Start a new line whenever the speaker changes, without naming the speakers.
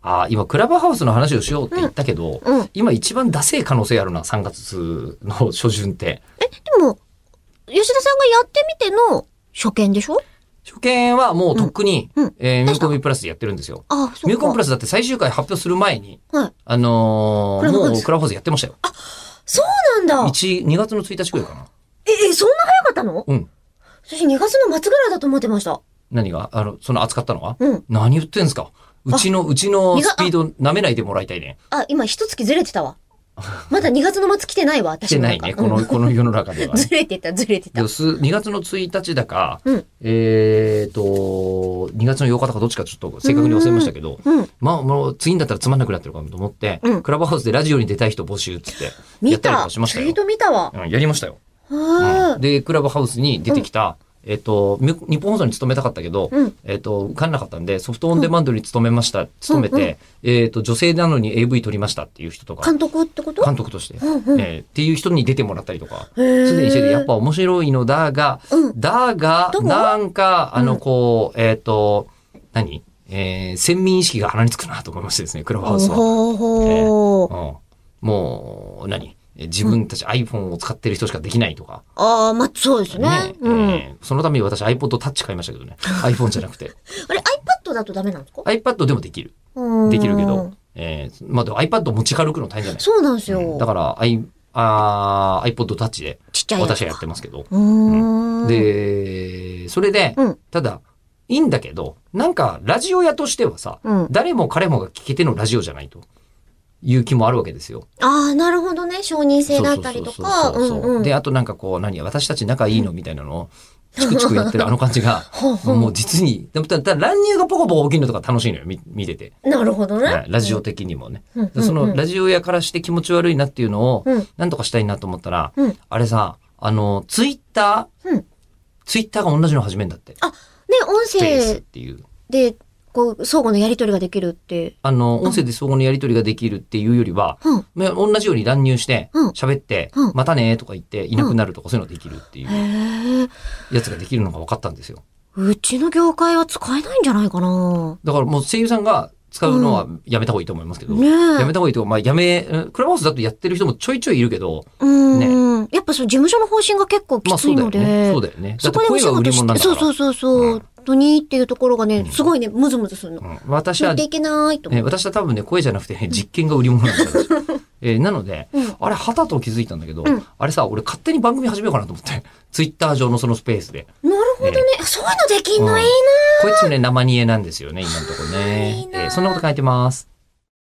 あ今クラブハウスの話をしようって言ったけど、
うんうん
今一番ダセえ可能性あるな3月の初旬って
え、でも、吉田さんがやってみての初見でしょ
初見はもうとっくに、
うんうん
えーミュー
確か
コミプラスでやってるんですよ
あ、そうか。
ミューコミプラスだって最終回発表する前に
はい。
あのー
クラブハウス
もうクラブハウスやってましたよ
そうなんだ。
1 2月の1日くらいかな
え、え、そんな早かったの
うん
私2月の末ぐらいだと思ってました。
何があのその扱ったのは、
うん。
何言ってんすかうちのうちの
苦
スピード舐めないでもらいたいね
あ、今一月ずれて たわ。まだ2月の末来てないわ、
来
私
て
の
ない
中
ねこのこの世の中で
う
は
ん
ね
ずれてた、ずれてた。
です2月の1日だか、
うん
えっ、と、2月の8日だかどっちかちょっと正確に忘れましたけど、
うん。
まあもう次にだったらつまんなくなってるかもと思って、
うん
クラブハウスでラジオに出たい人募集っつって、や
見
ったりと
た。
かしました
ツイ
よ
ー。ト見たわ。
うん、やりましたよ、
は
う
ー
ん
い。
で、クラブハウスに出てきた、えっ、と、み日本放送に勤めたかったけど、
うん
えっ、と、受かんなかったんで、ソフトオンデマンドに勤めました、勤めて、
うんう
えっ、と、女性なのに AV 撮りましたっていう人とか、
監督ってこと
監督として、
うんうん。へ
えーっていう人に出てもらったりとか、
ー
すでにしててやっぱ面白いのだが、
うん。
だが
ど、う
なんか、あ
う
の、
ん
こう、えっ、と、何えー、先民意識が鼻につくなと思いましてですね、クラブハウスは。
ほうほう。
うん、もう、何えー自分たち iPhone を使ってる人しかできないとか。
ああ、まあ、そうですね。
ね
うん。
えーそのために私 iPod Touch 買いましたけどね。iPhone じゃなく て。
あれ、iPad だとダメなんですか
iPad でもできる。
うん
できるけど。。えー、まあ、でも iPad 持ち歩くの大変じゃ
そうなんです
ない、
よ。
うんだから、I、あー iPod Touch で
ちっちゃいやつ。
私はやってますけど。
うーん。、
で、それで、
うん。
ただ、いいんだけど、なんか、ラジオ屋としてはさ、
うん。
誰も彼もが聞けてのラジオじゃないという気もあるわけですよ。
ああ、なるほどね。承認性だったりと
そ
か。
うそうそうそう
うんうん。、
で、あとなんかこう、何、私たち仲いいのみたいなのを、チクチクやってるあの感じが
ほうほう
もう実に、でもただ乱入がポコポコ起きるのとか楽しいのよ、み見てて。
なるほどね
は。いラジオ的にもね。
うん。
その
ジ
ラジオ屋からして気持ち悪いなっていうのを、
うん
なんとかしたいなと思ったら、
うん
あれさ、あの、ツイッター、
うん
ツイッターが同じの始めんだって。
オ。ね、音
スペースっ
声
ていう。
で、こう、相互のやりとりができるって。
あの、音声で相互のやり取りができるっていうよりは、
うん。
まあ同じように乱入して
うん、
喋って
うん、
またねとか言って、いなくなるとかそういうのできるっていう
へえ。
やつができるのが分かったんですよ。
うちの業界は使えないんじゃないかな。
だからもう声優さんが使うのはやめた方がいいと思いますけど、
ねえ
やめた方がいいとか、まあやめ、うんクラブハウスだとやってる人もちょいちょいいるけど、
うん。やっぱその事務所の方針が結構き
まあ
つ
そ
いう
だ
の
よ
で。
ね。そうだよね。だ
そ
って
こでお
声
仕
が売り
事
物なん
し
だ
て、
か
そう
ら。
そうそ
う
うそ
ん
う。とにっていうところがね、すごいね、ムズムズするの。
うん私
や
は
って、いけないと
え
思
ー
う。
私は多分ね、声じゃなくてね、実験が売り物なんだから えーなので、
うん。
あれ、はたと気づいたんだけど、
うん
あれさ、俺勝手に番組始めようかなと思って、ツイッター上のそのスペースで。
なるほどね。そういうのできんのいいな
こいつね、生煮えなんですよね、今のところ
いい
ね。え
な
ーそんなこと書いてます。